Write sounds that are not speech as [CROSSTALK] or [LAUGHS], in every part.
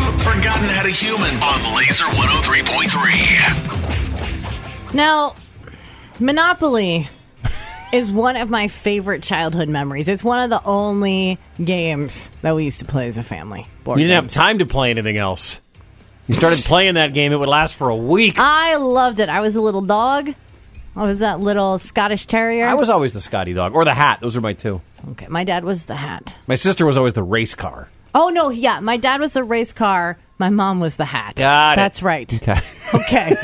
Forgotten How to Human on Laser 103.3. Now, Monopoly is one of my favorite childhood memories. It's one of the only games that we used to play as a family. Board You didn't have games. time to play anything else. You started playing that game, it would last for a week. I loved it. I was a little dog. I was that little Scottish terrier. I was always the Scotty dog or the hat. Those were my two. okay. My dad was the hat. My sister was always the race car. Oh no, yeah, my dad was the race car. My mom was the hat. Got it. That's right. [LAUGHS] Okay.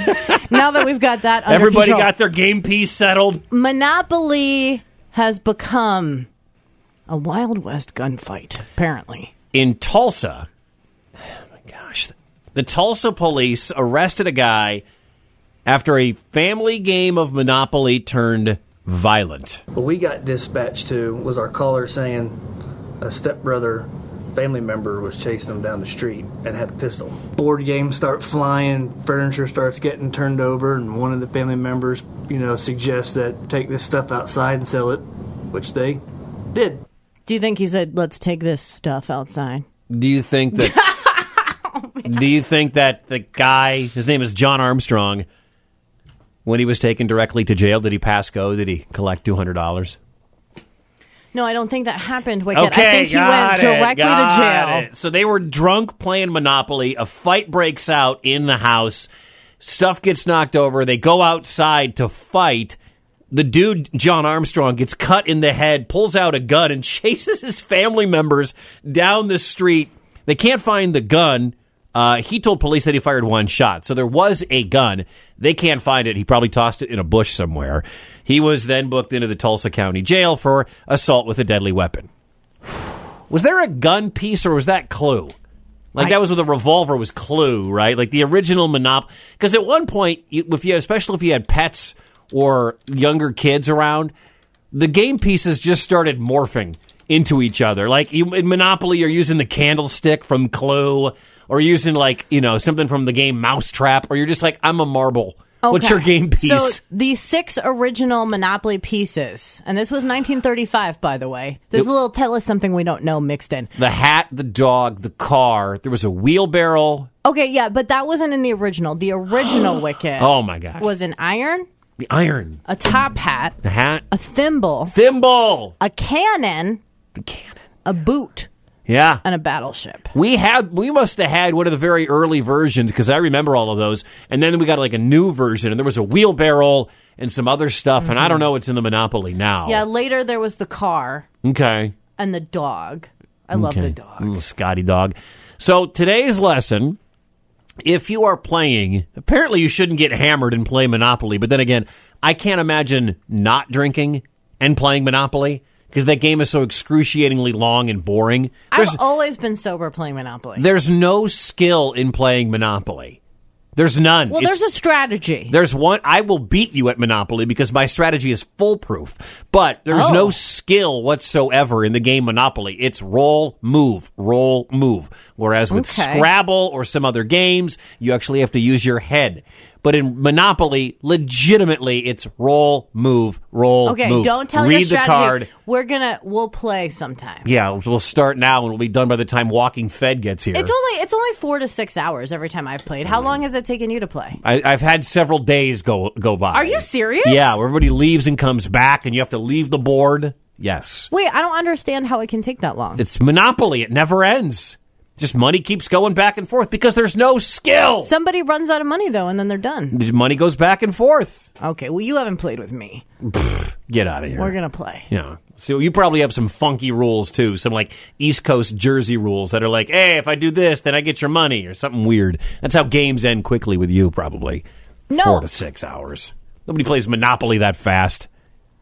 now that we've got that, under Everybody control. got their game piece settled. Monopoly has become a Wild West gunfight, apparently. in Tulsa. Oh my gosh. The Tulsa police arrested a guy after a family game of Monopoly turned violent. What we got dispatched to was our caller saying a stepbrother family member was chasing him down the street and had a pistol. Board games start flying, furniture starts getting turned over, and one of the family members, you know, suggests that take this stuff outside and sell it, which they did. Do you think he said, "Let's take this stuff outside"? Do you think that Do you think that the guy, his name is John Armstrong, when he was taken directly to jail, did he pass go? Did he collect two hundred dollars? No, I don't think that happened. Wicked. I think he went directly to jail. So they were drunk playing Monopoly. A fight breaks out in the house. Stuff gets knocked over. They go outside to fight. The dude, John Armstrong, gets cut in the head, pulls out a gun, and [LAUGHS] chases his family members down the street. They can't find the gun. Uh, he told police that he fired one shot. So there was a gun. They can't find it. He probably tossed it in a bush somewhere. He was then booked into the Tulsa County Jail for assault with a deadly weapon. Was there a gun piece or was that Clue? Like that was with a revolver was Clue, right? Like the original Monopoly. Because at one point, you, if you especially if you had pets or younger kids around, the game pieces just started morphing into each other. Like you, in Monopoly, you're using the candlestick from Clue, or using like you know something from the game Mousetrap, or you're just like I'm a marble. What's Okay. your game piece? So the six original Monopoly pieces, and this was 1935, by the way. There's a little tell us something we don't know mixed in. the hat, the dog, the car. There was a wheelbarrow. Okay, yeah, but that wasn't in the original. The [GASPS] original Wicked Oh my gosh! was an iron, the iron, a top hat, the hat, a thimble, thimble. a cannon, Cannon. a boot, Yeah. and a battleship. We had we must have had one of the very early versions because I remember all of those. And then we got like a new version and there was a wheelbarrow and some other stuff and I don't know what's in the Monopoly now. Mm-hmm. Yeah, later there was the car Okay. and the dog. I love the dog. Little Scotty dog. So today's lesson if you are playing, apparently you shouldn't get hammered and play Monopoly, but then again, I can't imagine not drinking and playing Monopoly because that game is so excruciatingly long and boring. There's- I've always been sober playing Monopoly. There's no skill in playing Monopoly. There's none. well, It's- there's a strategy. there's one. I will beat you at Monopoly because my strategy is foolproof. But there's Oh. no skill whatsoever in the game Monopoly. It's roll, move, roll, move. Whereas with Okay. Scrabble or some other games, you actually have to use your head. But in Monopoly, legitimately, it's roll, move, roll. okay, move. don't tell Read your strategy. the card. We're gonna we'll play sometime. Yeah, we'll start now and we'll be done by the time Walking Fed gets here. It's only it's only four to six hours every time I've played. How long has it taken you to play? I, I've had several days go go by. Are you serious? Yeah, where everybody leaves and comes back, and you have to leave the board. Yes, Wait, I don't understand how it can take that long. it's monopoly. It never ends. Just money keeps going back and forth because there's no skill. Somebody runs out of money though, and then they're done. The money goes back and forth. Okay, well you haven't played with me. Get out of here. We're gonna play. Yeah. So you probably have some funky rules too, some like East Coast Jersey rules that are like, hey, if I do this, then I get your money or something weird. That's how games end quickly with you, probably. No. Four to six hours. Nobody plays Monopoly that fast. [LAUGHS]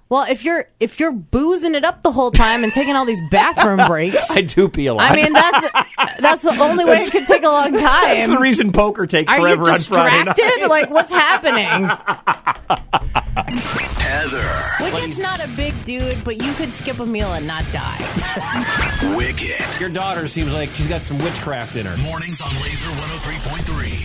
Well, if you're if you're boozing it up the whole time and taking all these bathroom breaks, I do pee a lot. I mean that's that's the only way it could take a long That's the time. reason poker takes Are forever you on Friday night. distracted? Like what's happening? Heather. Wicked's not a big dude, but you could skip a meal and not die. Wicked. Your daughter seems like she's got some witchcraft in her. oh Mornings on Laser 103.3.